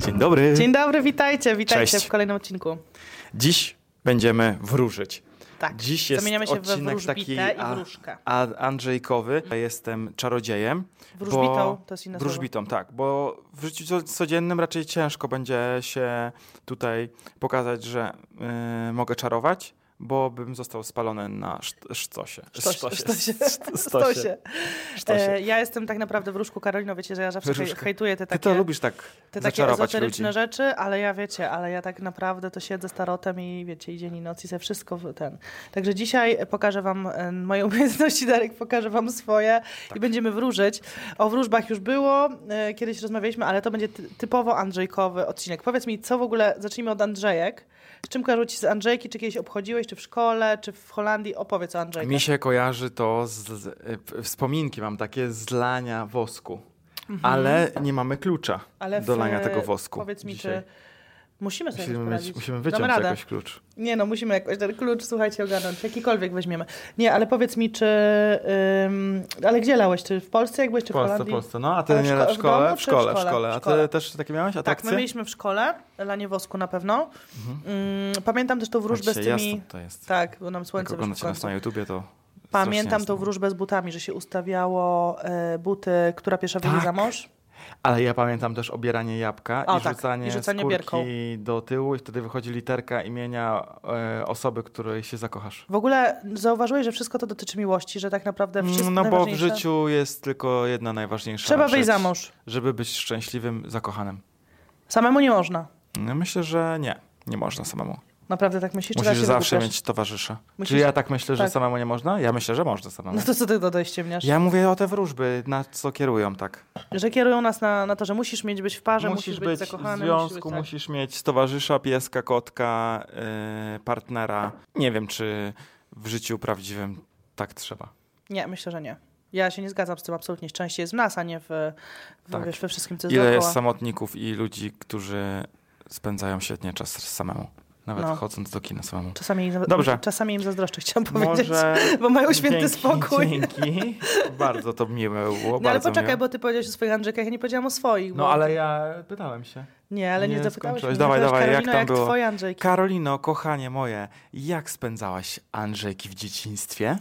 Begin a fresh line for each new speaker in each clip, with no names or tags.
Dzień dobry.
Dzień dobry, witajcie, witajcie
Cześć.
w kolejnym odcinku.
Dziś będziemy wróżyć.
Tak,
Dziś jest
zamieniamy się we
odcinek
wróżbitę
taki
i
a-
wróżkę.
a, Andrzejkowy. Ja jestem czarodziejem.
Wróżbitą to jest inne słowo.
Wróżbitą, tak, bo w życiu co- codziennym raczej ciężko będzie się tutaj pokazać, że y, mogę czarować, bo bym został spalony na szt- szcosie.
Sztosie, sztosie,
Szt-
Stosie.
Sztosie.
E, ja jestem tak naprawdę wróżku Karolino, wiecie, że ja zawsze hej,
Wróżka.
hejtuję te
Ty
takie,
to lubisz tak
te takie
zaczarować ludzi.
ezoteryczne rzeczy, ale ja wiecie, ale ja tak naprawdę to siedzę z tarotem i wiecie, i dzień i noc i ze wszystko w ten. Także dzisiaj pokażę wam e, moje umiejętności, Darek pokaże wam swoje
Tak.
i będziemy wróżyć. O wróżbach już było, e, kiedyś rozmawialiśmy, ale to będzie ty- typowo Andrzejkowy odcinek. Powiedz mi, co w ogóle, zacznijmy od Andrzejek. Z czym kojarzą ci z Andrzejki, czy kiedyś obchodziłeś, czy w szkole, czy w Holandii? Opowiedz o Andrzejkach.
Mi się kojarzy to z, z y, p- wspominki mam takie z lania wosku. Ale nie mamy klucza
Mhm. Ale
do
w-
lania tego wosku.
Powiedz mi,
dzisiaj.
czy musimy sobie
musimy,
poradzić?
mieć, musimy
Damy
wyciąć
radę.
jakoś klucz.
Nie no, musimy jakoś ten klucz, słuchajcie, ogarnąć. Jakikolwiek weźmiemy. Nie, ale powiedz mi, czy... Ym, ale gdzie lałeś? Czy w Polsce jak byłeś, czy
W
w
Polsce,
Holandii?
Polsce. No, a ty
Ale
nie
w
w,
szko- w
szkole,
domu
w
czy w
szkole, w
szkole?
szkole.
W
A
szkole.
ty też takie miałeś
Tak,
atrakcje? Mhm.
my mieliśmy w szkole lanie wosku na pewno. Ym, pamiętam też tą wróżbę z
Dzisiaj
tymi...
jasno to jest.
Tak, bo nam
Jak
słońce wyszło w
oglądacie nas
końcu.
na YouTubie, to
Pamiętam
strasznie
tą
jasno.
wróżbę z butami, że się ustawiało e, buty, która pierwsza wyjdzie
Tak.
za mąż.
Ale ja pamiętam też obieranie jabłka
O,
i,
tak.
rzucanie
I rzucanie
skórki
bierką.
do tyłu i wtedy wychodzi literka imienia e, osoby, której się zakochasz.
W ogóle zauważyłeś, że wszystko to dotyczy miłości, że tak naprawdę wszystko
no bo w
najważniejsze-
życiu jest tylko jedna najważniejsza
Trzeba
rzecz,
wyjść za mąż.
Żeby być szczęśliwym, zakochanym.
Samemu nie można.
No myślę, że nie. Nie można samemu.
Naprawdę tak myślisz? Czy raz
Musisz
się
zawsze
wygłupiasz?
mieć towarzysza. Czy
Musisz-
ja tak myślę, że
tak.
samemu nie można? Ja myślę, że można samemu.
No to co ty dodaj ściemniasz?
Ja mówię o te wróżby, na co kierują tak.
Że kierują nas na, na to, że musisz mieć być w parze, musisz, być,
w
zakochany,
związku,
musisz
musisz,
być tak.
mieć towarzysza, pieska, kotka, yy, partnera. Nie wiem, czy w życiu prawdziwym tak trzeba.
Nie, myślę, że nie. Ja się nie zgadzam z tym absolutnie. Szczęście jest w nas, a nie w, w
Tak.
wiesz, we wszystkim, co jest
Ile
dookoła.
jest samotników i ludzi, którzy spędzają świetnie czas samemu. Nawet
No.
chodząc do kina samemu.
Czasami im,
Dobrze.
czasami im zazdroszczę, chciałam powiedzieć, bo mają święty
Dzięki,
spokój.
Dzięki. Bardzo to miłe było.
No ale
bardzo
poczekaj,
miłe.
bo ty powiedziałeś o swoich Andrzejkach, ja nie powiedziałam o swoich.
No
bo...
ale ja pytałem się.
Nie, ale nie,
nie
zapytałeś
skończyłaś.
mnie.
Dawaj,
Zapytałeś,
dawaj, jak
Karolino,
tam
jak
było?
twoje Andrzejki?
Karolino, kochanie moje, jak spędzałaś Andrzejki w dzieciństwie?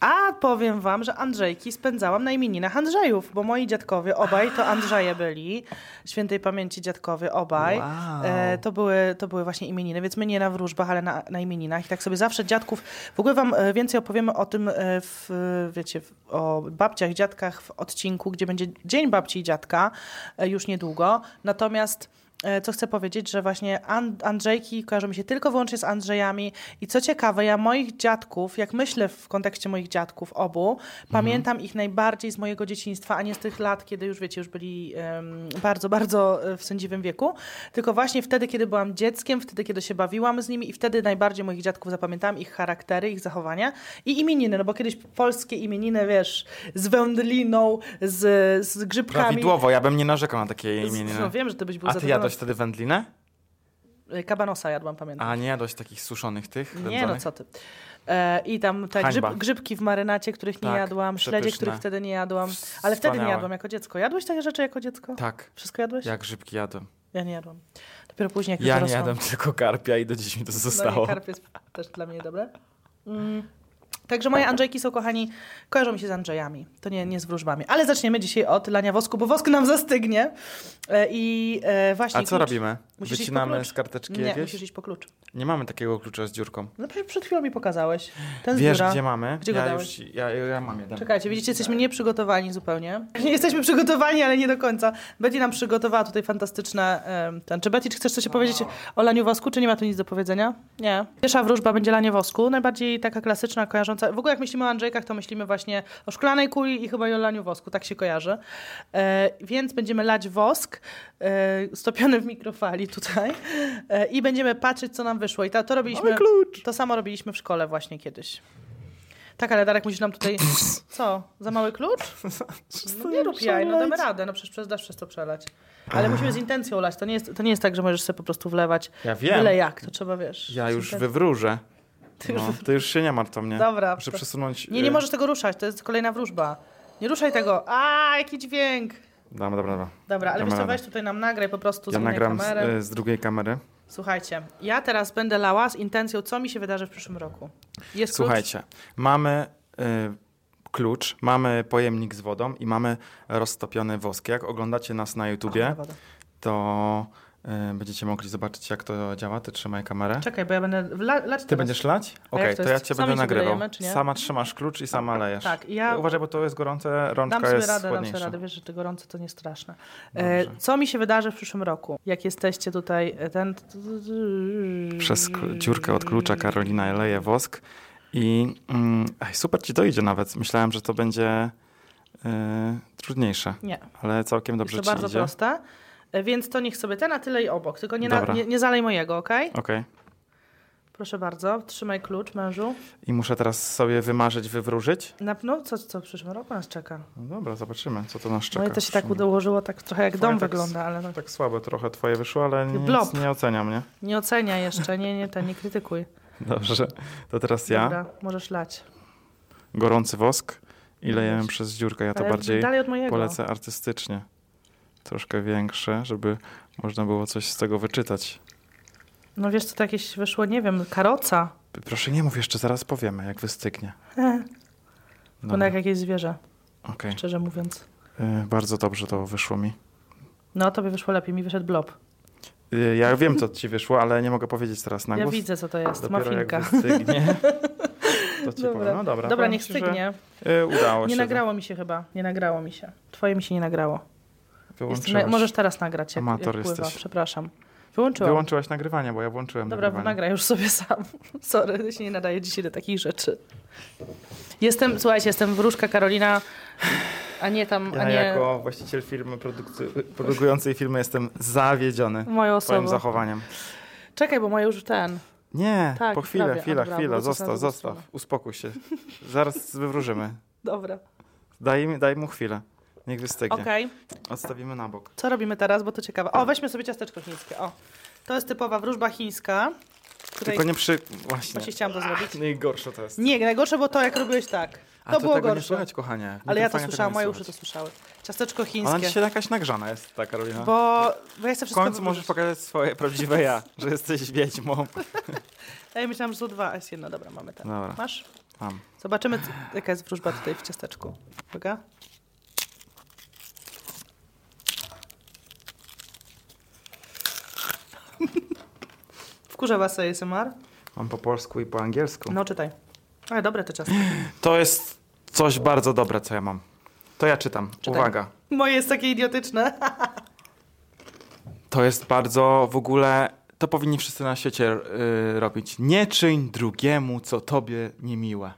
A powiem wam, że Andrzejki spędzałam na imieninach Andrzejów, bo moi dziadkowie obaj to Andrzeje byli, świętej pamięci dziadkowie obaj.
Wow.
E, to, były, to były właśnie imieniny, więc my nie na wróżbach, ale na, na imieninach. I tak sobie zawsze dziadków, w ogóle wam e, więcej opowiemy o tym, e, w, e, wiecie, w, o babciach, dziadkach w odcinku, gdzie będzie Dzień Babci i Dziadka e, już niedługo. Natomiast... E, co chcę powiedzieć, że właśnie An- Andrzejki kojarzą mi się tylko wyłącznie z Andrzejami i co ciekawe, ja moich dziadków, jak myślę w kontekście moich dziadków obu, pamiętam ich najbardziej z mojego dzieciństwa, a nie z tych lat, kiedy już wiecie, już byli em, bardzo, bardzo e, w sędziwym wieku, tylko właśnie wtedy, kiedy byłam dzieckiem, wtedy, kiedy się bawiłam z nimi i wtedy najbardziej moich dziadków zapamiętałam, ich charaktery, ich zachowania i imieniny, no bo kiedyś polskie imieniny, wiesz, z wędliną, z, z grzybkami.
Prawidłowo, ja bym nie narzekał na takie
Z-
imieniny.
No wiem, że ty byś był
A ty
zadowolony.
jadłeś wtedy wędlinę?
Y, Kabanosa jadłam, pamiętam.
A nie jadłeś takich suszonych tych?
nie, no
wędzonych?
co ty. E, I tam te
Hańba.
grzyb, grzybki w marynacie, których nie
Tak,
jadłam, śledzie,
przepyszne.
których wtedy nie jadłam, ale
Wspaniałe.
wtedy nie jadłam jako dziecko. Jadłeś takie rzeczy jako dziecko?
Tak,
Wszystko jadłeś?
jak grzybki jadłem.
Ja nie jadłam. Dopiero później, jak już
Ja nie
dorosłam.
jadłem tylko karpia i do dziś mi to
No nie,
zostało.
karp jest też dla mnie dobre. Mm. Także moje Andrzejki są, kochani, kojarzą mi się z Andrzejami. To nie, nie z wróżbami. Ale zaczniemy dzisiaj od lania wosku, bo wosk nam zastygnie. E, I e, właśnie
A co
klucz-
robimy?
Musisz iść po
Wycinamy
klucz.
z karteczki
Nie,
jakieś?
musisz iść po klucz.
Nie mamy takiego klucza z dziurką.
No przecież przed chwilą mi pokazałeś. Ten z
Wiesz,
biura.
gdzie mamy?
Gdzie go
ja,
dałeś?
już, ja, ja mam jeden.
Czekajcie, widzicie, jesteśmy nieprzygotowani zupełnie. Nie jesteśmy przygotowani, ale nie do końca. Betty nam przygotowała tutaj fantastyczne... em, Ten. Czy Betty, czy chcesz coś powiedzieć o laniu wosku, czy nie ma tu nic do powiedzenia? Nie. Pierwsza wróżba będzie lanie wosku, najbardziej taka klasyczna, kojarząca... W ogóle jak myślimy o Andrzejkach, to myślimy właśnie o szklanej kuli i chyba i o laniu wosku, tak się kojarzy. E, więc będziemy lać wosk e, stopiony w mikrofali tutaj e, i będziemy patrzeć, co nam wyszło. I to, to robiliśmy... To samo robiliśmy w szkole właśnie kiedyś. Tak, ale Darek musisz nam tutaj. Co? Za mały klucz? No nie rób jaj, no damy radę, no przecież przez- dasz przez to przelać. Ale musimy z intencją lać. To nie jest, to nie jest tak, że możesz sobie po prostu wlewać.
Ja wiem.
Byle jak, to trzeba wiesz.
Ja
z
już
inten-
wywróżę.
Ty już
No, to już się nie martw o mnie.
Dobra,
Muszę
to-
przesunąć.
Nie, nie
y,
możesz tego ruszać, to jest kolejna wróżba. Nie ruszaj tego. A, jaki dźwięk!
Dobra, dobra, dobra.
Dobra, ale
Damy
wiesz co,
radę.
weź tutaj nam nagraj po prostu z
Ja
innej
nagram z,
kamery.
y, z drugiej kamery.
Słuchajcie, ja teraz będę lała z intencją, co mi się wydarzy w przyszłym roku. Jest
Słuchajcie, mamy y, klucz, mamy pojemnik z wodą i mamy roztopiony wosk. Jak oglądacie nas na
klucz?
YouTubie,
Och, woda.
to y, będziecie mogli zobaczyć, jak to działa. Ty trzymaj kamerę.
Czekaj, bo ja będę la, lać
Ty
teraz.
będziesz lać?
A
Okej,
jak to
to ja
jest?
cię
Sami
będę
sobie
nagrywał.
dajemy, czy nie?
Sama trzymasz klucz i sama lejesz.
Tak, ja
Uważaj, bo to jest gorące, rączka
dam sobie
jest
radę, dam
chłodniejsza.
sobie radę. Wiesz, że to gorąco to nie straszne.
Dobrze.
E, co mi się wydarzy w przyszłym roku? Jak jesteście tutaj, e, ten...
Przez kl- dziurkę od klucza Karolina leje wosk i mm, ej, super ci to idzie nawet. Myślałem, że to będzie y, trudniejsze,
Nie,
ale całkiem dobrze
jest to
ci
bardzo
idzie.
proste. E, Więc to niech sobie ten, a tyle i obok. Tylko nie, na,
Dobra.
nie, nie zalej mojego, okej?
Okej.
Proszę bardzo, trzymaj klucz, mężu.
I muszę teraz sobie wymarzyć, wywróżyć?
Na, no, co, co w przyszłym roku nas czeka?
No dobra, zobaczymy, co to nas czeka.
Moje to się tak
Przyjmę.
ułożyło, tak trochę jak
Twoje
dom
tak s-
wygląda, ale no,
Tak słabe trochę twoje wyszło, ale nic
blob.
nie oceniam, nie?
nie ocenia jeszcze, nie, nie, ten, nie krytykuj.
Dobrze, to teraz ja.
Dobra, możesz lać.
Gorący wosk i lejemy
Dobrze.
przez dziurkę. Ja to
No Ale
bardziej
dalej od mojego.
polecę artystycznie. Troszkę większe, żeby można było coś z tego wyczytać.
No wiesz, co to jakieś wyszło, nie wiem, karoca.
Proszę nie mów jeszcze, zaraz powiemy, jak wystygnie.
Wygląda
Dobra,
jak jakieś zwierzę,
okej.
szczerze mówiąc.
Y, Bardzo dobrze to wyszło mi.
No, tobie wyszło lepiej, mi wyszedł blob.
Y, Ja wiem, co ci wyszło, ale nie mogę powiedzieć teraz na
ja
głos.
widzę, co to jest,
Dopiero
mafinka.
jak wystygnie, to ci powiem. No dobra,
dobra
powiem
niech
ci, że,
stygnie.
y, Udało
Nie
się.
nagrało mi się chyba, nie nagrało mi się. Twoje mi się nie nagrało. Jest,
Wyłączyłaś.
możesz teraz nagrać, jak, jak
Amator
pływa,
jesteś.
przepraszam. Wyłączyłam.
Wyłączyłaś nagrywanie, bo ja włączyłem
Dobra,
nagrywanie.
nagraj już sobie sam. Sorry, się nie nadaje dzisiaj do takich rzeczy. Jestem, słuchajcie, jestem wróżka Karolina, a nie tam, a
Ja
nie
jako właściciel firmy produkcy- produkującej filmy jestem zawiedziony
moją
twoim
osobą.
zachowaniem.
Czekaj, bo moja już ten.
Nie,
Tak,
po chwilę,
prawie.
chwila,
A, brawo,
chwila,
wrócę na
zostaw,
drugą
zostaw,
stronę.
uspokój się. Zaraz wywróżymy.
Dobra.
Daj, mi- daj mu chwilę. Niech wystygnie.
Okej,
Odstawimy na bok.
co robimy teraz, bo to ciekawe. O, weźmy sobie ciasteczko chińskie. O, to jest typowa wróżba chińska. Której
Tylko nie przy... Właśnie.
Właśnie chciałam to zrobić.
Najgorsze to jest.
Nie, najgorsze było to, jak robiłeś tak.
A
To
to
było
tego nie
gorsze.
słychać, kochanie.
Ale ja to
Mikrofonie
słyszałam,
tego
moje
nie
uszy to
słychać.
słyszały. Ciasteczko
Ona
chińskie.
dzisiaj jakaś nagrzana jest, ta Karolina.
Bo bo ja chcę
W
wszystko
końcu możesz
wywrócić.
pokazać swoje prawdziwe ja, że jesteś wiedźmą.
Ja myślałam, że są dwa, a jest jedno. Dobra, mamy ten.
Dobra.
Masz?
Mam.
Zobaczymy, c- jaka jest wróżba tutaj w ciasteczku. Uwaga. Wkurza was ASMR?
Mam po polsku i po angielsku.
No, czytaj. Ale dobre te ciasteczko.
To jest coś bardzo dobre, co ja mam. To ja czytam.
Czytaj.
Uwaga.
Moje jest takie idiotyczne.
To jest bardzo w ogóle. To powinni wszyscy na świecie y, robić. Nie czyń drugiemu, co tobie niemiłe.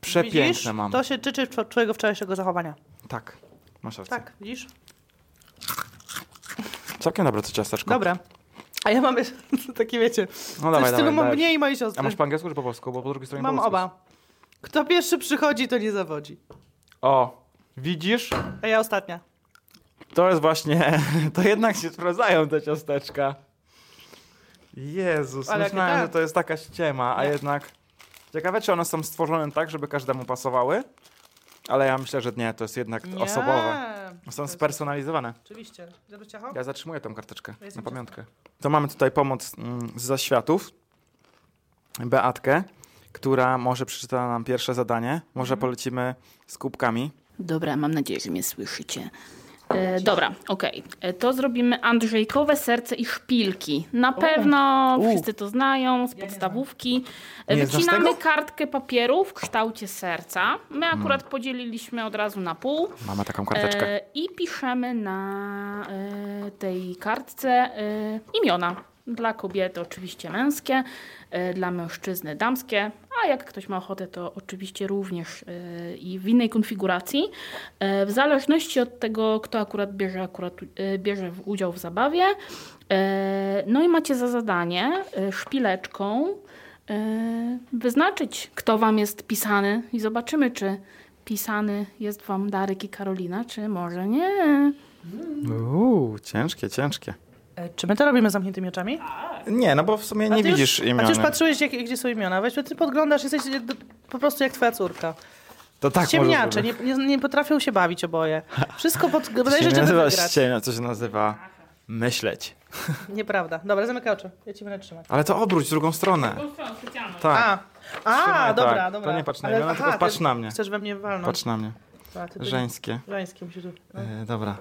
Przepiękne
widzisz?
mam.
To się tyczy czo- twojego wczorajszego zachowania.
Tak. Masz rację.
Tak, widzisz?
Całkiem dobre to ciasteczko.
Dobra. A ja mam jeszcze takie, wiecie,
No
coś
dawaj,
w stylu
dawaj,
mam
dawaj.
mnie i mojej siostry.
A masz po angielsku czy po polsku? Bo po drugiej stronie
Mam
po polsku
oba. Kto pierwszy przychodzi, to nie zawodzi.
jest. O, widzisz?
A ja ostatnia.
To jest właśnie. To jednak się sprawdzają te ciasteczka. Jezus,
Ale jakie
myślałem,
tak.
że to jest taka ściema, a
Nie.
jednak. Ciekawe, czy one są stworzone tak, żeby każdemu pasowały. Ale ja myślę, że nie, to jest jednak
Nie.
osobowe. Są spersonalizowane.
Oczywiście. Dobry ciacho?
Ja zatrzymuję tą karteczkę
Ja jestem
na pamiątkę. To mamy tutaj pomoc mm, z zaświatów. Beatkę, która może przeczyta nam pierwsze zadanie. Może
Mhm.
polecimy z kubkami.
Dobra, mam nadzieję, że mnie słyszycie. E, dobra, okej. E, To zrobimy Andrzejkowe serce i szpilki. Na pewno
U.
wszyscy to znają z podstawówki. E,
Nie znasz
Wycinamy
tego?
kartkę papieru w kształcie serca. My akurat podzieliliśmy od razu na pół.
Mamy taką karteczkę.
E, I piszemy na e, tej kartce e, imiona. Dla kobiety oczywiście męskie, e, dla mężczyzny damskie, a jak ktoś ma ochotę, to oczywiście również e, i w innej konfiguracji. E, w zależności od tego, kto akurat bierze, akurat, e, bierze w- udział w zabawie. E, no i macie za zadanie e, szpileczką e, wyznaczyć, kto wam jest pisany i zobaczymy, czy pisany jest wam Darek i Karolina, czy może nie?
Uuu, ciężkie, ciężkie.
E, czy my to robimy z zamkniętymi oczami?
Nie, no bo w sumie
A
nie
ty
widzisz
już,
imion.
A ty już patrzyłeś, jak, gdzie są imiona. Weź, ty podglądasz, jesteś e, d- po prostu jak twoja córka.
To tak
Ciemniacze,
może
nie, nie, nie potrafią się bawić oboje. Wszystko pod...
zrobię.
Wydaje
się
się, żeby
nazywa
wygrać.
ściemnia, co się nazywa myśleć.
Nieprawda. Dobra, zamykaj oczy. Ja ci będę trzymać.
Ale to obróć w drugą stronę. Tak,
A, a
Trzymaj,
dobra,
tak.
dobra.
To nie patrz na mnie, tylko
aha,
patrz
ty
na mnie.
Chcesz we mnie walnąć.
patrz na mnie.
A, no. ty- ty-
Żeńskie.
Żeńskie mi się tu... no.
E, dobra.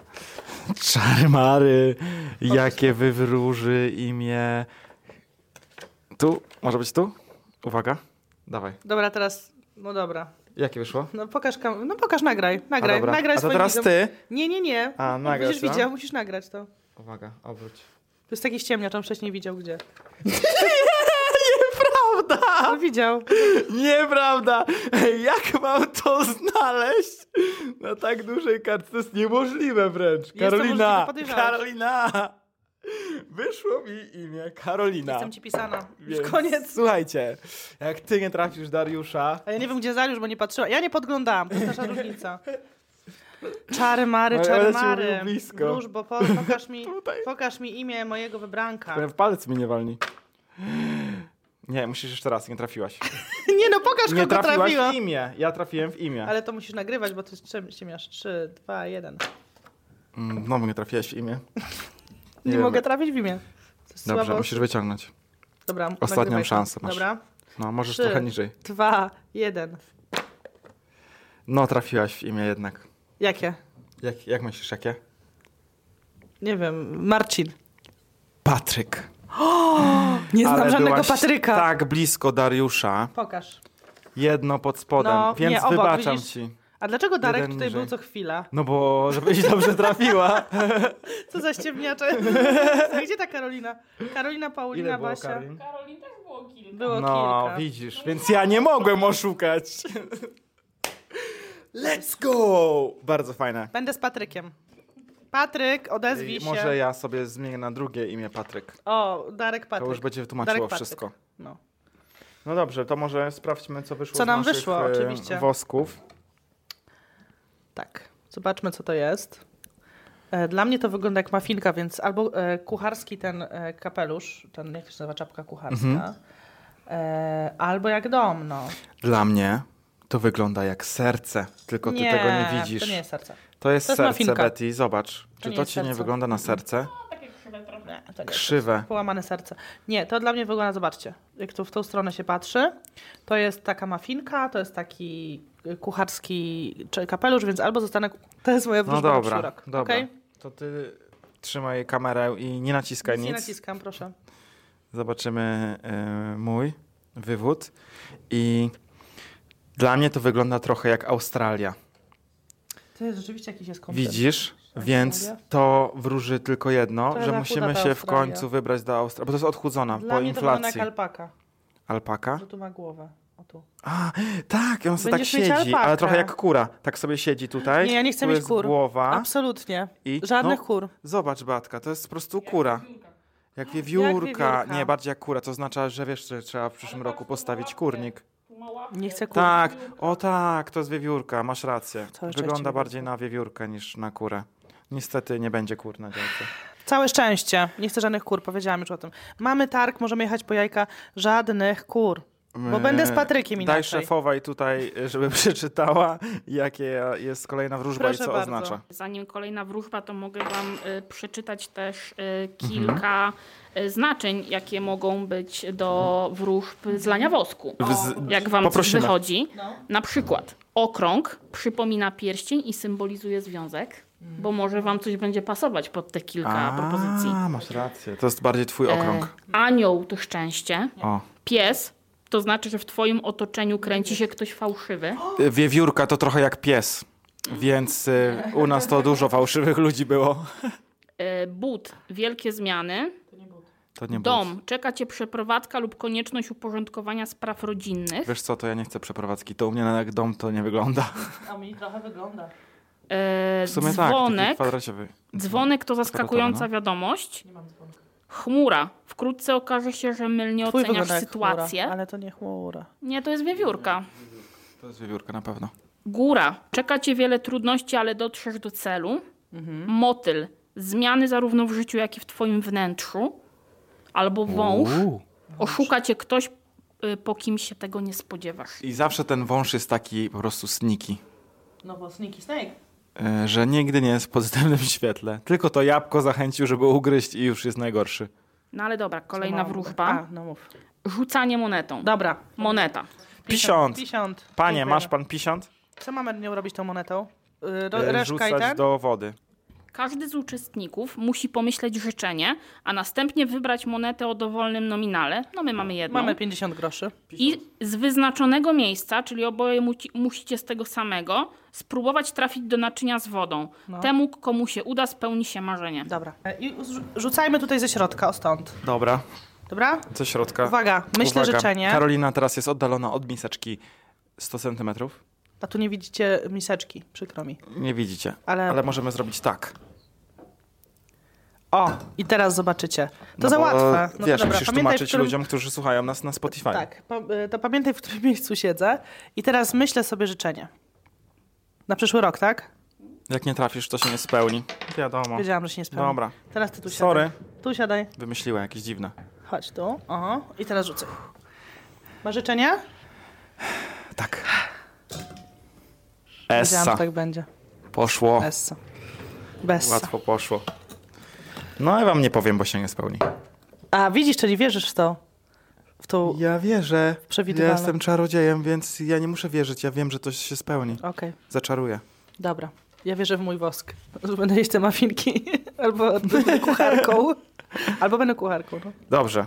Czarmary, jakie wywróży imię. Tu? Może być tu? Uwaga. Dawaj.
Dobra, teraz... No dobra.
Jakie wyszło?
No pokaż, kam... no pokaż, nagraj.
A,
Nagraj,
dobra.
nagraj
A to
swoim
teraz
widzom.
ty.
Nie, nie, nie.
A, nagrać,
Będziesz
no?
widział, musisz nagrać to.
Uwaga, obróć.
To jest taki ściemniacz, on wcześniej widział gdzie. Nieprawda! On No widział.
Nieprawda! Ej, Jak mam to znaleźć? Na tak dużej kartce to jest niemożliwe wręcz.
to możliwe,
Karolina!
podejrzałeś.
Karolina! Wyszło mi imię Karolina.
Jestem ci pisana. Już
Więc
koniec.
Słuchajcie, jak ty nie trafisz Dariusza,
A ja nie wiem, gdzie Zariusz, bo nie patrzyła. Ja nie podglądałam, to jest nasza różnica. Czary mary,
Ale
czary
ci
mary.
mówił blisko.
Wróżbo, po, pokaż, mi,
Tutaj.
pokaż mi imię mojego wybranka.
w palec mi nie walni. Nie, musisz jeszcze raz, nie trafiłaś.
Nie no, pokaż,
Nie
kogo
trafiłaś
trafiła.
w imię. Ja trafiłem w imię.
Ale to musisz nagrywać, bo to jest czym, czym masz? 3, 2, 1.
Mm, Znowu nie trafiłaś w imię.
Nie,
Nie
mogę
wiem.
trafić w imię. To jest
Dobrze,
słabo.
musisz wyciągnąć.
Dobra,
ostatnią
nagrywaj to.
szansę masz.
Dobra.
No, możesz
Trzy.
trochę niżej.
2, 1.
No, trafiłaś w imię jednak.
Jakie?
Jak, jak myślisz, jakie?
Nie wiem, Marcin.
Patryk.
Nie znam
Ale
żadnego
byłaś
Patryka.
tak blisko Dariusza.
Pokaż.
Jedno pod spodem,
No,
więc
nie, obok,
wybaczam
widzisz?
ci.
A dlaczego Darek
Jeden
tutaj
niżej.
był co chwila?
No bo żebyś dobrze trafiła.
Co za ściemniacze. Gdzie ta Karolina? Karolina, Paulina, Basia.
Karolin też było kilka.
Było
No,
kilka.
widzisz, więc ja nie mogłem oszukać. Let's go! Bardzo fajne.
Będę z Patrykiem. Patryk, odezwij
I
się.
Może ja sobie zmienię na drugie imię Patryk.
O, Darek Patryk.
To już będzie
Darek
tłumaczyło
Patryk.
wszystko.
No.
No dobrze, to może sprawdźmy, co wyszło
Co
z
nam
naszych,
wyszło,
e,
oczywiście.
wosków.
Tak. Zobaczmy, co to jest. E, Dla mnie to wygląda jak mafinka, więc albo e, kucharski ten e, kapelusz, ten jak się nazywa czapka kucharska,
Mhm.
e, albo jak dom, no.
Dla mnie to wygląda jak serce, tylko ty tego nie widzisz.
to nie jest serce.
To jest
To jest
serce,
mafinka.
Betty, zobacz. Czy
nie
to
jest
ci nie
serce.
wygląda na serce?
Takie krzywe trochę.
Nie, to nie jest
Krzywe.
Połamane serce. Nie, to dla mnie wygląda, zobaczcie, jak tu w tą stronę się patrzy, to jest taka mafinka, to jest taki y, kucharski czy- kapelusz, więc albo zostanę, to jest moja
No
wróżba na
dobra,
przyszły rok.
dobra.
okej?
To ty trzymaj kamerę i nie naciskaj
Nic
nic.
nie naciskam, proszę.
Zobaczymy y, mój wywód. I dla mnie to wygląda trochę jak Australia.
To jest rzeczywiście jakiś jest koncept.
Widzisz?
Australia?
Więc to wróży tylko jedno,
To
że
za
musimy
chuda ta
się w
Australia.
końcu wybrać do Australii, bo to jest odchudzona
Dla
po
mnie to wygląda jak
inflacji.
alpaka,
Alpaka?
że tu ma głowę. O tu.
A, tak, on sobie tak
Będziesz mieć
siedzi,
alpakę.
ale trochę jak kura. Tak sobie siedzi tutaj.
Nie, ja nie chcę
tu
mieć
jest
kur.
głowa.
Absolutnie.
I-
Żadnych
no.
kur.
Zobacz, Batka, to jest po prostu kura. Jak
Jak
wiewiórka.
wiewiórka.
Nie, bardziej jak kura. To oznacza, że wiesz, że trzeba w przyszłym roku postawić kurnik.
Nie chcę kur.
Tak, o tak, to jest wiewiórka, masz rację.
Całe szczęście
Wygląda
wiewiórka.
bardziej na wiewiórkę niż na kurę. Niestety nie będzie kur na działce.
Całe szczęście. Nie chcę żadnych kur, powiedziałam już o tym. Mamy targ, możemy jechać po jajka. Żadnych kur. Bo
Eee,
będę z Patrykiem inaczej.
Daj szefowej tutaj, żeby przeczytała, jakie jest kolejna wróżba
Proszę
i co
bardzo.
oznacza.
Zanim kolejna wróżba, to mogę Wam y, przeczytać też y,
Mhm.
kilka y, znaczeń, jakie mogą być do wróżb z lania wosku.
Mhm. Z-
Jak Wam coś
Poprosimy.
wychodzi. Na przykład okrąg przypomina pierścień i symbolizuje związek, bo może Wam coś będzie pasować pod te kilka propozycji.
A, masz rację. To jest bardziej twój okrąg.
E, anioł to szczęście.
O.
Pies to znaczy, że w Twoim otoczeniu kręci się ktoś fałszywy.
Wiewiórka to trochę jak pies, więc y, u nas to dużo fałszywych ludzi było.
E, but wielkie zmiany.
To nie było.
Dom. Czeka cię przeprowadzka lub konieczność uporządkowania spraw rodzinnych.
Wiesz co, to ja nie chcę przeprowadzki. To u mnie na jak dom to nie wygląda.
A mi trochę wygląda.
E,
W sumie tak, taki no.
dzwonek.
kwadraciowy.
dzwonek to zaskakująca
Kwadratowy,
wiadomość.
Nie mam dzwonka.
Chmura. Wkrótce okaże się, że mylnie oceniasz sytuację.
Chmura, ale to nie chmura.
Nie, to jest wiewiórka.
To jest wiewiórka na pewno.
Góra. Czeka cię wiele trudności, ale dotrzesz do celu.
Mhm.
Motyl. Zmiany zarówno w życiu, jak i w twoim wnętrzu. Albo wąż.
Uuu.
Oszuka cię ktoś y, po kim się tego nie spodziewasz.
I zawsze ten wąż jest taki po prostu sniki,
No bo Sneaky Snake.
że nigdy nie jest w pozytywnym świetle. Tylko to jabłko zachęcił, żeby ugryźć i już jest najgorszy.
No ale dobra, kolejna
Mam-
wróżba.
A, no mów.
Rzucanie monetą.
Dobra.
Moneta.
Pisiąt.
Pisiąt.
Panie,
Dziękujemy.
masz pan pisiąt?
Co mamy nią robić tą monetą? Yy,
E,
ro- Reszka i
Rzucać
ten?
do wody.
Każdy z uczestników musi pomyśleć życzenie, a następnie wybrać monetę o dowolnym nominale. No my mamy jedną.
Mamy 50 groszy.
I z wyznaczonego miejsca, czyli oboje muci, musicie z tego samego, spróbować trafić do naczynia z wodą.
No.
Temu, komu się uda, spełni się marzenie.
Dobra. E, I zrzu- rzucajmy tutaj ze środka, o stąd.
Dobra,
Dobra?
ze środka.
Uwaga, myślę
Uwaga.
życzenie.
Karolina teraz jest oddalona od miseczki 100 centymetrów.
A tu nie widzicie miseczki, przykro mi.
Nie widzicie,
Ale-
ale... możemy zrobić tak.
O, i teraz zobaczycie. To
No
za
bo,
łatwe. No
wiesz,
to dobra.
musisz
Pamiętaj, w
tłumaczyć
którym...
ludziom, którzy słuchają nas na Spotify.
Tak, pa- y, to pamiętaj, w którym miejscu siedzę. I teraz myślę sobie życzenie. Na przyszły rok, tak?
Jak nie trafisz, to się nie spełni. Wiadomo.
Wiedziałam, że się nie spełni.
No. Dobra,
Teraz ty tu siadaj.
Sorry.
Tu siadaj.
wymyśliła jakieś dziwne.
Chodź tu. O, i teraz rzucę. Masz życzenie?
Tak.
Wiedziałam,
Essa.
że tak będzie.
Poszło.
Essa. Bessa.
Łatwo poszło. No ja wam nie powiem, bo się nie spełni.
A widzisz, czyli wierzysz w to. W tą...
Ja wierzę.
Przewidywalne.
Ja jestem czarodziejem, więc ja nie muszę wierzyć. Ja wiem, że to się spełni.
Okej,
Zaczaruję.
dobra. Ja wierzę w mój wosk. Że będę jeść te mafinki. Albo będę kucharką. Albo będę kucharką. No.
Dobrze.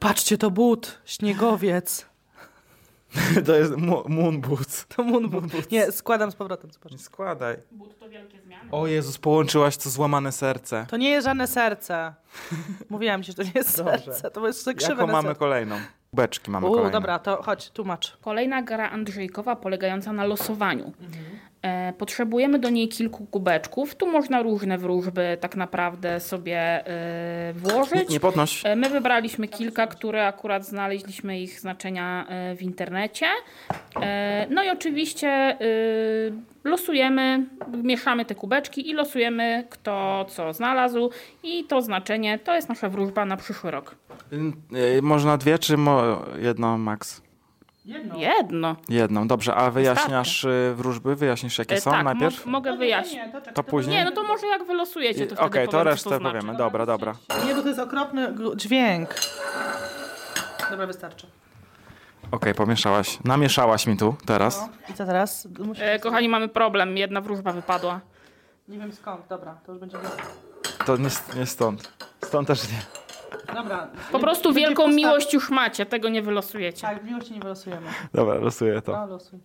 Patrzcie, to but. Śniegowiec.
to jest mu- moon boots.
To moon but. Nie, składam z powrotem. Zobacz.
Nie składaj.
But to wielkie zmiany.
O Jezus, połączyłaś to złamane serce.
To nie jest żadne serce. Mówiłam ci, że to nie jest serce. To jest
Tak
krzywe
Jaką
na
mamy
serce.
kolejną? Beczki mamy
U,
kolejne.
dobra, to chodź, tłumacz.
Kolejna gra Andrzejkowa polegająca na losowaniu. E, potrzebujemy do niej kilku kubeczków. Tu można różne wróżby tak naprawdę sobie e,
Nie,
włożyć.
nie podnoś.
E, My wybraliśmy kilka, które akurat znaleźliśmy ich znaczenia e, w internecie. E, No i oczywiście e, losujemy, mieszamy te kubeczki i losujemy kto co znalazł i to znaczenie to jest nasza wróżba na przyszły rok.
Y, Można dwie, czy mo- jedną max?
Jedno.
Jedną, dobrze. A wyjaśniasz y, wróżby? Wyjaśnisz, jakie
E,
są
tak,
najpierw?
mo- mogę wyjaśnić.
tak
To później?
Nie, no to może jak wylosujecie, to
Y,
wtedy
Okej, to
powiem, co
resztę
to znaczy.
powiemy. Dobra, dobra.
Nie, bo to jest okropny glu- dźwięk. Dobra, wystarczy.
Okej, pomieszałaś. Namieszałaś mi tu
No.
teraz.
No, I co teraz? Musisz...
E, Kochani, mamy problem. Jedna wróżba wypadła.
Nie wiem skąd, dobra, to już będzie...
To nie, s- nie stąd. Stąd też nie.
Dobra.
Po prostu
Będzie
wielką
posta-
miłość już macie, tego nie wylosujecie.
Tak, miłości nie wylosujemy.
Dobra, losuję to.
No, losuj.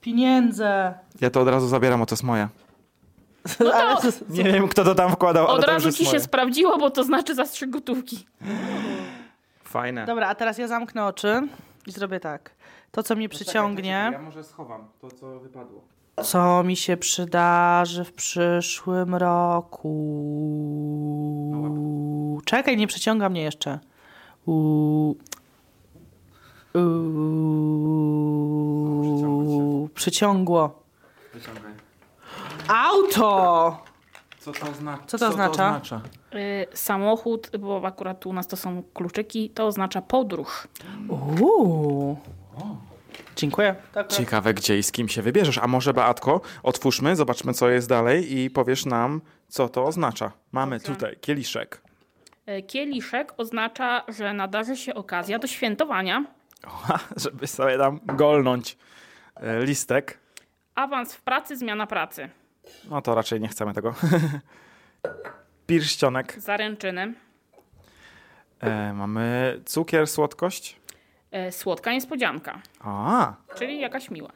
Pieniądze.
Ja to od razu zabieram, bo to jest moje.
No to...
Nie wiem, kto to tam wkładał, ale
Od
to już
razu
jest
ci się
moje.
sprawdziło, bo to znaczy za trzy gotówki.
Fajne.
Dobra, a teraz ja zamknę oczy i zrobię tak. To, co mnie przyciągnie...
Ja może schowam to, co wypadło.
Co mi się przydarzy w przyszłym roku? Czekaj, nie przeciąga mnie jeszcze. U... U... Przyciągło.
Wyciągaj.
Auto!
Co to, zna-
Co to oznacza?
Y, Samochód, bo akurat u nas to są kluczyki, to oznacza podróż.
Uuu. Dziękuję.
Tak, Ciekawe, gdzie i z kim się wybierzesz. A może, Beatko, otwórzmy, zobaczmy, co jest dalej i powiesz nam, co to oznacza. Mamy tutaj kieliszek.
Y, Kieliszek oznacza, że nadarzy się okazja do świętowania.
Oha, żeby sobie tam golnąć e, listek.
Awans w pracy, zmiana pracy.
No to raczej nie chcemy tego. Pierścionek.
Zaręczyny.
E, mamy cukier, słodkość.
Y, Słodka niespodzianka,
A,
czyli jakaś miła.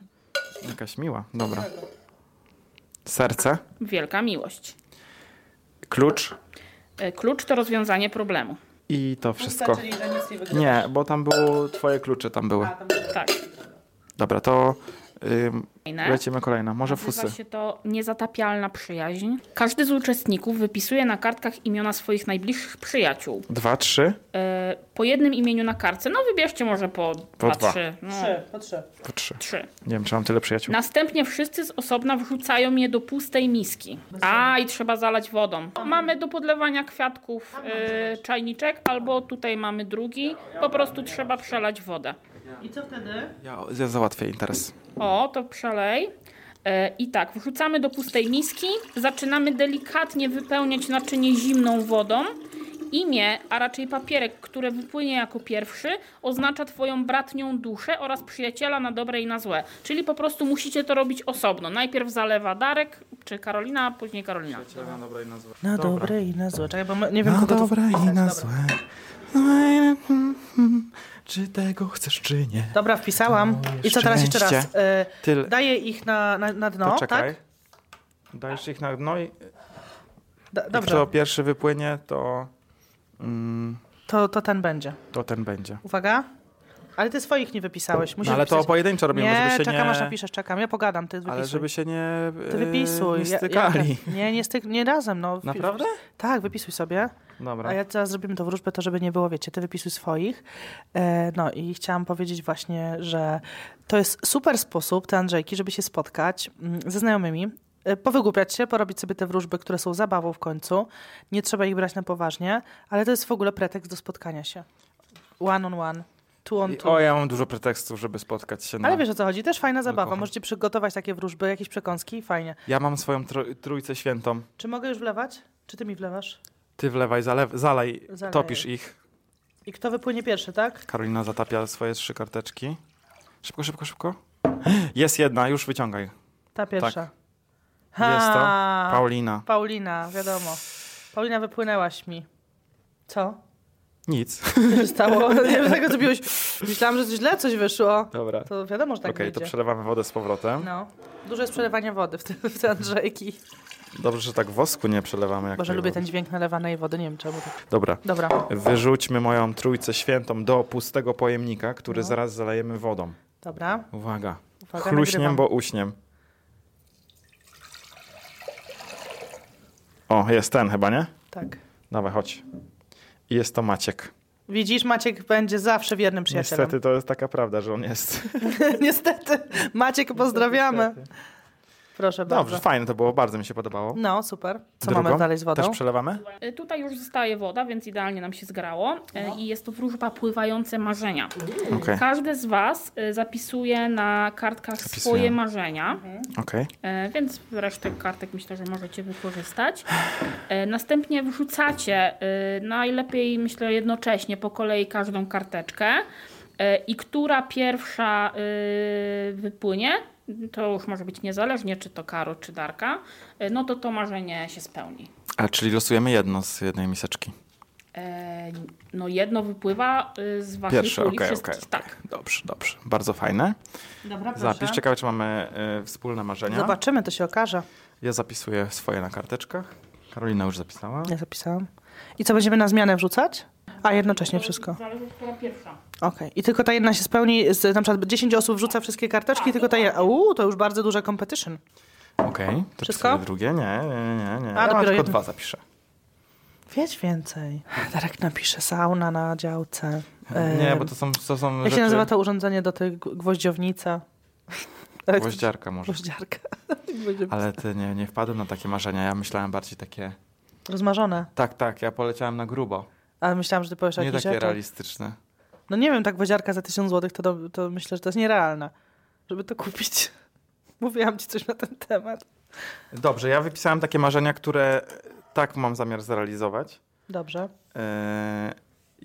jakaś miła. Dobra. Serce,
Wielka miłość.
klucz
Y, Klucz to rozwiązanie problemu.
i to wszystko. Nie, bo tam było twoje klucze tam były.
Tak.
Dobra, to Ym,
Fajne.
lecimy kolejna, może
Nazywa
fusy.
się to niezatapialna przyjaźń. Każdy z uczestników wypisuje na kartkach imiona swoich najbliższych przyjaciół.
Dwa, trzy,
E, po jednym imieniu na kartce. No wybierzcie może po, dwa,
dwa.
trzy. No,
Trzy, po trzy.
po trzy.
trzy.
Nie wiem, czy mam tyle przyjaciół.
No.
Następnie wszyscy z osobna wrzucają je do pustej miski. A, i trzeba zalać wodą. Mamy do podlewania kwiatków e, czajniczek, albo tutaj mamy drugi. Po prostu trzeba przelać wodę.
I co wtedy?
Ja, ja załatwię interes.
O, to przelej. E, I tak, wrzucamy do pustej miski, zaczynamy delikatnie wypełniać naczynie zimną wodą. Imię, a raczej papierek, który wypłynie jako pierwszy, oznacza Twoją bratnią duszę oraz przyjaciela na dobre i na złe. Czyli po prostu musicie to robić osobno. Najpierw zalewa Darek czy Karolina, a później Karolina.
Na dobre i na złe.
Na No dobre i na złe. Czekaj, bo my- nie wiem,
Na
kogo tu
No dobre i
wpisać.
na
Dobra.
złe. Złe, mm, mm. Czy tego chcesz, czy nie?
Dobra, wpisałam.
Moje
I co teraz jeszcze raz?
No, szczęście.
E,
Tyle.
daję ich na, na, na dno,
Poczekaj.
tak?
Dajesz ich na dno i
Da,
jak
dobrze,
kto pierwszy wypłynie, to, mm,
to, to ten będzie.
to ten będzie.
Uwaga. Ale ty swoich nie wypisałeś. Musisz
No, ale to
wpisać.
pojedynczo robimy,
nie,
żeby się
czekam
nie...
aż napiszesz, czekam. Ja pogadam, ty wypisuj.
Ale żeby się nie,
Ty
e,
wypisuj.
nie
Ja- ja-
stykali.
nie, nie, styk, nie razem, no. Wpi-
Naprawdę?
Tak, wypisuj sobie.
Dobra.
A ja teraz zrobimy to wróżbę, to żeby nie było, wiecie, ty wypisuj swoich. E, no i chciałam powiedzieć właśnie, że to jest super sposób, te Andrzejki, żeby się spotkać mm, ze znajomymi, e, powygłupiać się, porobić sobie te wróżby, które są zabawą w końcu. Nie trzeba ich brać na poważnie, ale to jest w ogóle pretekst do spotkania się. One on one, two on
I- no.
two.
O, ja mam dużo pretekstów, żeby spotkać się na...
Ale wiesz o co chodzi, też fajna zabawa.
Alkohol.
Możecie przygotować takie wróżby, jakieś przekąski, fajnie.
Ja mam swoją tro- trójcę świętą.
Czy mogę już wlewać? Czy ty mi wlewasz?
Ty wlewaj, zalew- zalej,
Zaleję.
topisz ich.
I kto wypłynie pierwszy, tak?
Karolina zatapia swoje trzy karteczki. Szybko, szybko, szybko. Jest jedna, już wyciągaj.
Ta pierwsza.
Tak. Jest to
Ha!
Paulina.
Paulina, wiadomo. Paulina, wypłynęłaś mi. Co?
Nic.
Co się stało? Nie wiem, tego zrobiłeś. Myślałam, że źle coś wyszło.
Dobra.
To wiadomo, że tak
Okej, to
będzie.
przelewamy wodę z powrotem.
No. Dużo jest przelewania wody w te, w te Andrzejki.
Dobrze, że tak wosku nie przelewamy. Jak
Boże,
tej
lubię
wody.
ten dźwięk nalewanej wody, nie wiem czemu. tak.
Dobra.
Dobra.
Wyrzućmy moją trójcę świętą do pustego pojemnika, który
No.
zaraz zalejemy wodą.
Dobra.
Uwaga.
Uwaga,
Chluśniem,
nagrywam.
bo uśniem. O, jest ten chyba, nie?
Tak.
Dawaj, chodź. I jest to Maciek.
Widzisz, Maciek będzie zawsze wiernym przyjacielem.
Niestety to jest taka prawda, że on jest.
Niestety. Maciek, pozdrawiamy. Proszę bardzo.
Dobrze, fajne to było, bardzo mi się podobało.
No, super. Co
Drugą?
mamy dalej z wodą?
Też przelewamy?
E, Tutaj już zostaje woda, więc idealnie nam się zgrało. E, I jest to wróżba pływające marzenia.
Okej, okej.
Każdy z Was e, zapisuje na kartkach
Zapisuję.
swoje marzenia. E, więc resztę kartek myślę, że możecie wykorzystać. E, Następnie wrzucacie e, najlepiej, myślę, jednocześnie po kolei każdą karteczkę E, i która pierwsza e, wypłynie, to już może być niezależnie, czy to Karo, czy Darka, e, no to to marzenie się spełni.
A czyli losujemy jedno z jednej miseczki.
E, No jedno wypływa e, z waszej
Pierwsze,
puli
okej, okej.
wszystkich.
okej.
Tak.
Dobrze, dobrze. Bardzo fajne.
Dobra, proszę.
Zapisz, ciekawe, czy mamy y, wspólne marzenia.
Zobaczymy, to się okaże.
Ja zapisuję swoje na karteczkach. Karolina już zapisała.
Ja zapisałam. I co, będziemy na zmianę wrzucać? A, jednocześnie wszystko.
Zależy, która pierwsza.
Okej. I tylko ta jedna się spełni, z, na przykład 10 osób wrzuca wszystkie karteczki, tylko ta jedna. Uuu, to już bardzo duża competition.
Okej, to
Wszystko?
pisuję drugie. Nie, nie, nie, nie.
A,
ja
dopiero
mam tylko
jedno.
dwa zapiszę.
Wiedź więcej. Darek napisze sauna na działce.
Nie,
Em,
bo to są, to są
Jak
rzeczy...
się nazywa to urządzenie do tych gw- gwoździownica?
Gwoździarka może.
Gwoździarka.
Ale ty, nie, nie wpadłem na takie marzenia. Ja myślałem bardziej takie...
Rozmarzone.
Tak, tak, ja poleciałem na grubo.
Ale myślałam, że ty powiesz o
nie
jakichś
takie
rzeczach.
realistyczne.
No nie wiem, tak gwoździarka za 1000 zł, to, do, to myślę, że to jest nierealne, żeby to kupić. Mówiłam ci coś na ten temat.
Dobrze, ja wypisałem takie marzenia, które tak mam zamiar zrealizować.
Dobrze.
Yy,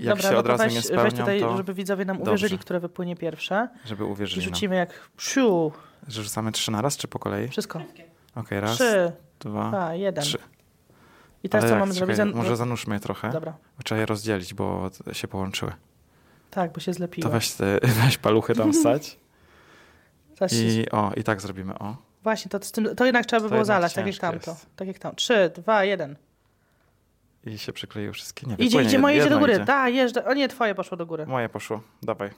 jak
Dobra,
się
no
od
to
razu
weź,
nie
weź
spełnią,
tutaj,
to
żeby widzowie nam
Dobrze.
uwierzyli, które wypłynie pierwsze.
żeby uwierzyli Rzucimy.
Rzucimy jak siu,
nam. Że Rzucamy trzy na raz, czy po kolei?
wszystko.
Okej, raz,
Trzy,
dwa,
dwa, jeden.
trzy.
I teraz
Ale
co
jak?
mamy zrobić?
Czekaj,
Zan-
Może zanurzmy je trochę.
Dobra,
Trzeba je rozdzielić, bo t- się połączyły.
tak, bo się
To
zlepiło.
weź, te, weź paluchy tam wstać.
Zaś,
I o, i tak zrobimy. O.
Właśnie, to, z tym, to jednak trzeba by
To
było
jednak
zalać, tak jak
ciężkie
tamto.
jest.
Tak jak tam. Trzy, dwa, jeden.
I się przykleiły wszystkie. Nie,
Idzie,
wypłynie,
idzie, moje idzie
jedno
do góry. tak? Da, jeżdżę. O nie, twoje poszło do góry.
Moje poszło. Dawaj.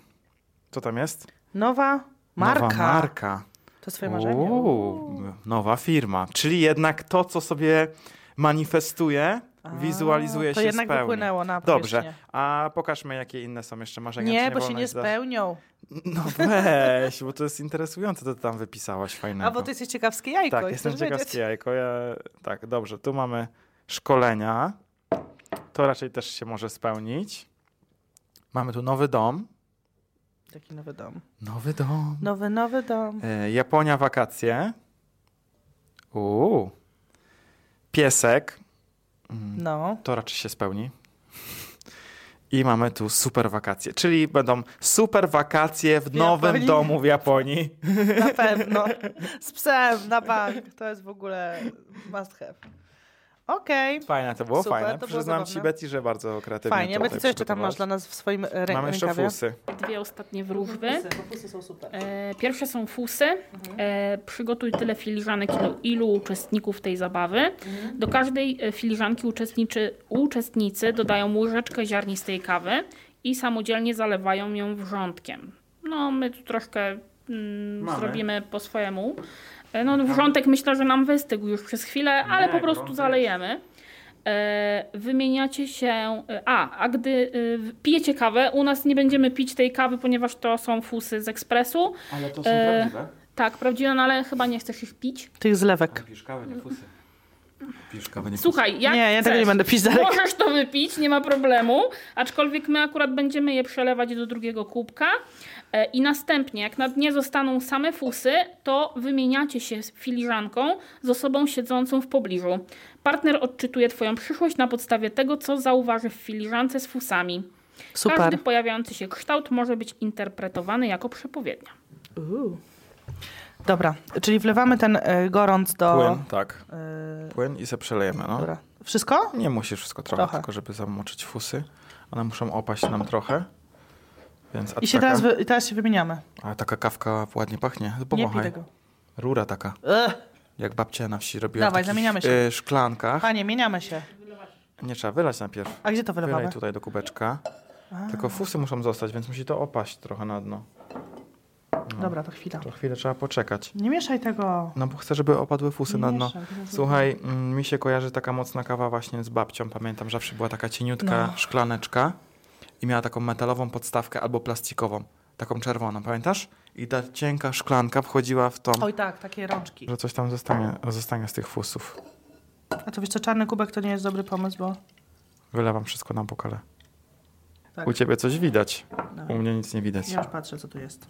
Co tam jest?
Nowa marka.
Nowa marka.
To jest twoje marzenie?
Uuu, nowa firma. Czyli jednak to, co sobie manifestuje,
A,
wizualizuje
to
się
jednak
spełni.
wypłynęło na powierzchnię.
Dobrze, a pokażmy, jakie inne są jeszcze marzenia. czy
Nie, bo się
wolno
nie
ich zda-
spełnią.
No weź, bo to jest interesujące, to ty tam wypisałaś fajnego.
A bo ty jesteś ciekawskie jajko.
No. Tak,
i
jestem
chcesz wiedzieć.
ciekawski jajko. Ja... Tak, dobrze, tu mamy szkolenia. To raczej też się może spełnić. Mamy tu nowy dom.
Taki nowy dom.
Nowy dom.
Nowy, nowy dom.
E, Japonia wakacje. Uuu. Piesek. Mm,
No.
To raczej się spełni. I mamy tu super wakacje, czyli będą super wakacje w,
W
nowym
Japonii.
domu w Japonii.
Na pewno. Z psem na bank. To jest w ogóle must have. Okej.
Fajne to było,
Super,
fajne.
to było
Przyznam ci
zabawne.
Betty, że bardzo kreatywnie
Fajnie.
to
Betty,
tutaj
co jeszcze tam masz dla
przygotowałaś.
nas w swoim rę-
Mamy jeszcze
rękawie?
fusy.
Dwie ostatnie wróżby.
Tak. Fusy, bo fusy są super. Mhm.
E, Pierwsze są fusy. E, Przygotuj tyle filiżanek, ilu, ilu uczestników tej zabawy.
Mhm.
Do każdej e, filiżanki uczestniczy, uczestnicy dodają łyżeczkę ziarnistej kawy i samodzielnie zalewają ją wrzątkiem. No, my tu troszkę mm,
Mamy.
zrobimy po swojemu. E, No, wrzątek myślę, że nam wystygł już przez chwilę, ale
Nie, no,
po prostu
gorący
zalejemy. E, wymieniacie się. e, A, a gdy e, w- pijecie kawę, u nas nie będziemy pić tej kawy, ponieważ to są fusy z ekspresu.
Ale to
są E, prawdziwe. Tak, prawdziwe, no ale chyba nie chcesz ich pić.
Tych zlewek.
Pijesz kawę, nie fusy. Pijesz kawę, nie
Słuchaj, jak
nie, ja
chcesz,
tego nie będę pić dalej.
Możesz to wypić, nie ma problemu, aczkolwiek my akurat będziemy je przelewać do drugiego kubka E, i następnie, jak na dnie zostaną same fusy, to wymieniacie się z filiżanką z osobą siedzącą w pobliżu. Partner odczytuje Twoją przyszłość na podstawie tego, co zauważy w filiżance z fusami. Każdy
Super.
pojawiający się kształt może być interpretowany jako przepowiednia.
Uuu. Dobra, czyli wlewamy ten y, gorąc do...
Płyn, tak.
y,
Płyn i se przelejemy, no.
Dobra. Wszystko?
Nie musisz wszystko trochę,
Trochę.
tylko żeby zamoczyć fusy. One muszą opaść nam trochę. Więc a
I się
taka,
teraz, wy, i teraz się wymieniamy.
A taka kawka ładnie pachnie.
Nie pij
Powąchaj.
tego.
Rura taka,
Ech.
jak babcia na wsi robiła
Dawaj,
w
zamieniamy
takich
się.
y, szklankach.
Panie, mieniamy się.
Nie trzeba wylać najpierw.
A gdzie to wylewamy?
Wylej tutaj do kubeczka.
A,
Tylko fusy muszą zostać, więc musi to opaść trochę na dno. no.
Dobra, to chwila.
To chwilę trzeba poczekać.
Nie mieszaj tego.
No bo chcę, żeby opadły fusy
Nie
na dno.
mieszaj, to za-
Słuchaj, mm, mi się kojarzy taka mocna kawa właśnie z babcią. Pamiętam, zawsze była taka cieniutka
No.
szklaneczka i miała taką metalową podstawkę albo plastikową, taką czerwoną, pamiętasz? I ta cienka szklanka wchodziła w tą,
Oj tak, takie rączki.
że coś tam zostanie, zostanie z tych fusów.
A to wiesz co, czarny kubek to nie jest dobry pomysł, bo...
Wylewam wszystko na bokale.
Tak.
U ciebie coś widać,
No.
u mnie nic nie widać.
Ja już patrzę, co tu jest.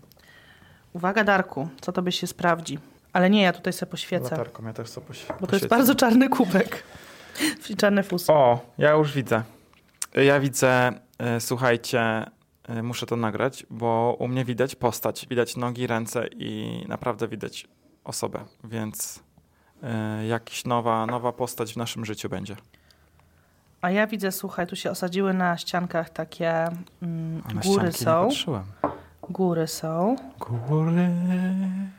Uwaga, Darku, co tobie się sprawdzi. Ale nie, ja tutaj sobie poświecę,
Latarką, ja też sobie poś-
bo to jest
poświecę.
bardzo czarny kubek. I czarny fus.
O, ja już widzę. Ja widzę, e, słuchajcie, e, muszę to nagrać, bo u mnie widać postać, widać nogi, ręce i naprawdę widać osobę, więc e, jakaś nowa, nowa postać w naszym życiu będzie.
A ja widzę, słuchaj, tu się osadziły na ściankach takie mm,
A na
góry
ścianki Nie
są.
patrzyłem.
Góry są.
Góry,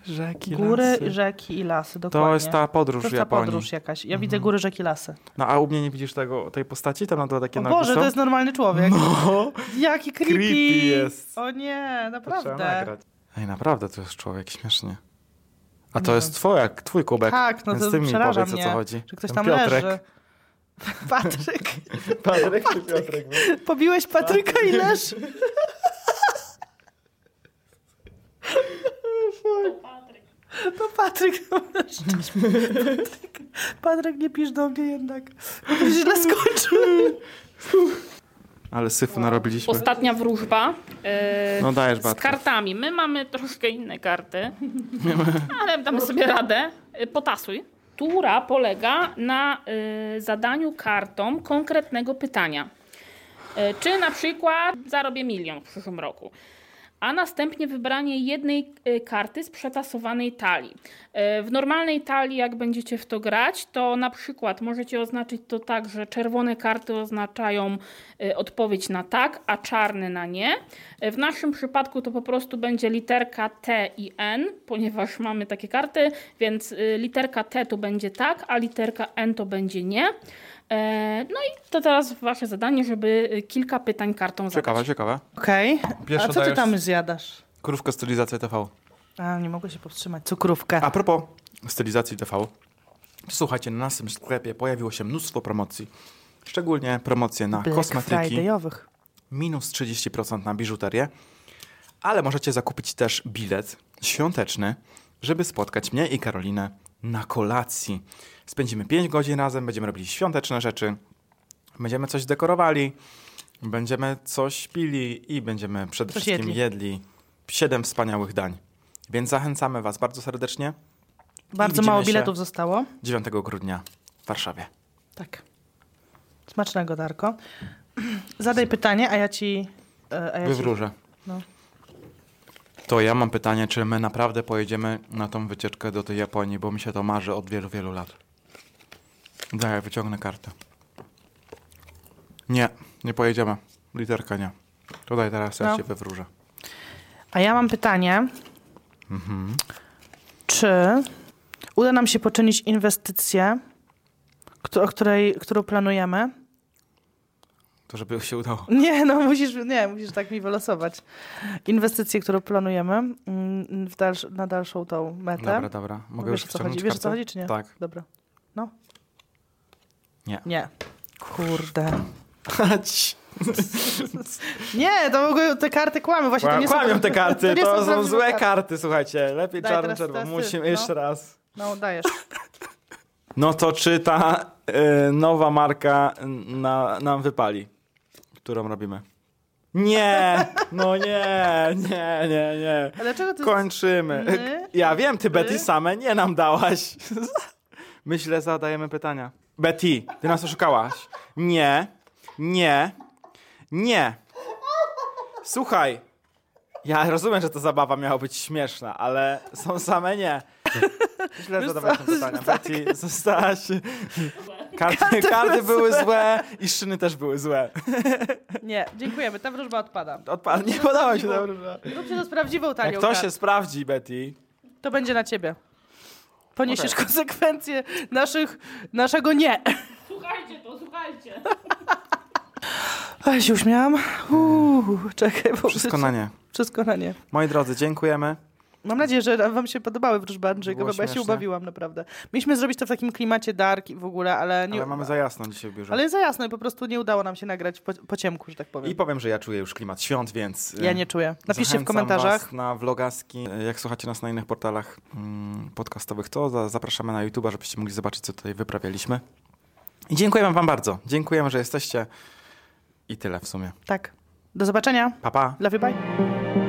rzeki,
Góry,
lasy.
rzeki i lasy, dokładnie.
To jest ta podróż Mhm.
To
w
jest ta
Japonii.
podróż jakaś. Ja widzę góry, rzeki, lasy.
No a u mnie nie widzisz tego, tej postaci? Tam na dole takie
O
nogi
Boże,
są?
to jest normalny człowiek.
No,
Jaki creepy.
Creepy jest.
O nie,
to trzeba
naprawdę.
nagrać. Ej, naprawdę to jest człowiek, śmiesznie. A to
Nie
jest twoja, twój kubek.
No. Tak, no
Więc
to
ty mi
przeraża
powiedz,
mnie,
o co chodzi.
Czy ktoś
Ten
tam
Piotrek.
leży? Patryk.
Patryk czy Piotrek? Tak.
Pobiłeś Patryka i leży. To Patryk. Szczęść. Patryk. Patryk, nie pisz do mnie jednak. Bo to Źle skończyłem.
Ale syfu narobiliśmy.
Ostatnia wróżba. e,
No dajesz,
Z
Bartek.
kartami. My mamy troszkę inne karty, ale damy sobie radę. Y, Potasuj. Tura polega na y, zadaniu kartom konkretnego pytania. Y, czy na przykład zarobię milion w przyszłym roku? A następnie wybranie jednej y, karty z przetasowanej talii. Y, W normalnej talii, jak będziecie w to grać, to na przykład możecie oznaczyć to tak, że czerwone karty oznaczają y, odpowiedź na tak, a czarne na nie. Y, W naszym przypadku to po prostu będzie literka T i N, ponieważ mamy takie karty, więc y, literka T to będzie tak, a literka N to będzie nie. E, No i to teraz wasze zadanie, żeby y, kilka pytań kartą zadać.
Ciekawe, ciekawe.
Okej, a
Pierwsza
co ty
dajesz-
tam zjadasz?
Krówko stylizacja TV.
A, nie mogę się powstrzymać. Cukrówka.
A propos stylizacji TV, słuchajcie, na naszym sklepie pojawiło się mnóstwo promocji. Szczególnie promocje na
Black
kosmetyki,
Fridayowych.
minus 30% na biżuterię, ale możecie zakupić też bilet świąteczny, żeby spotkać mnie i Karolinę na kolacji. Spędzimy 5 godzin razem, będziemy robili świąteczne rzeczy, będziemy coś dekorowali, będziemy coś pili i będziemy przede
Coś
wszystkim
jedli.
jedli 7 wspaniałych dań. Więc zachęcamy Was bardzo serdecznie.
Bardzo
widzimy
mało
się.
biletów zostało.
9 grudnia w Warszawie.
Tak. Smacznego, Darko. Zadaj pytanie, a ja ci... e, A ja ci...
Wywróżę.
No.
To ja mam pytanie, czy my naprawdę pojedziemy na tą wycieczkę do tej Japonii, bo mi się to marzy od wielu, wielu lat. Daj, wyciągnę kartę. Nie, nie pojedziemy. Literka nie. Tutaj teraz ja
No.
się wywróżę.
A ja mam pytanie.
Mhm.
Czy uda nam się poczynić inwestycję, kto- o której, którą planujemy?
To żeby się udało.
Nie, no musisz, nie, musisz tak mi wylosować. Inwestycję, którą planujemy mm, w dalsz, na dalszą tą metę.
Dobra, dobra. Mogę
Wiesz,
już
o co chodzi?
wciągnąć
Wiesz, o co
kartę?
chodzi, czy nie?
Tak.
Dobra. No.
Nie.
Nie. Kurde.
Cii.
Nie, to mogły, te karty kłamią. Właśnie to nie
Kłamią
są,
te karty,
nie
to są
prawdziwe
złe karty, słuchajcie. Lepiej
Daj,
czarno,
teraz-
czerwone.
teraz ty,
Musimy
no.
jeszcze raz.
No, dajesz.
No to czy ta y, nowa marka na, nam wypali, którą robimy? Nie, no nie, nie, nie, nie.
Ale dlaczego ty...
Kończymy.
My?
Ja wiem, ty
My?
Betty same nie nam dałaś. Myślę, zadajemy pytania. Betty, ty nas oszukałaś. Nie, nie, nie. Słuchaj, ja rozumiem, że ta zabawa miała być śmieszna, ale są same nie. Źle zadawałeś te pytania. Betty, zostałaś... Tak. Karty, karty były złe i szyny też były złe.
Nie, dziękujemy. Ta wróżba odpada.
Odpad, nie podała się dobrze.
Róbcie to z prawdziwą talią
Jak to
kart.
się sprawdzi, Betty,
To będzie na ciebie. Poniesiesz konsekwencje naszych, naszego nie.
Słuchajcie to, słuchajcie.
A się uśmiałam. Uuu, czekaj, bo
wszystko na nie.
wszystko na nie.
Moi drodzy, dziękujemy.
Mam nadzieję, że wam się podobały wróżby
Było
Andrzejkowe, bo ja się
śmieszne.
ubawiłam naprawdę. Mieliśmy zrobić to w takim klimacie dark i w ogóle, ale nie...
Ale mamy za jasno dzisiaj w biurze.
ale za jasno i po prostu nie udało nam się nagrać po, po ciemku, że tak powiem.
I powiem, że ja czuję już klimat świąt, więc. y,
Ja nie czuję. Napiszcie
zachęcam
w komentarzach.
Was na vlogaski. Y, Jak słuchacie nas na innych portalach mm, podcastowych, to za- zapraszamy na YouTube'a, żebyście mogli zobaczyć, co tutaj wyprawialiśmy. I dziękujemy Wam bardzo. Dziękujemy, że jesteście. I tyle w sumie.
Tak. Do zobaczenia.
Pa, pa.
Love you, bye.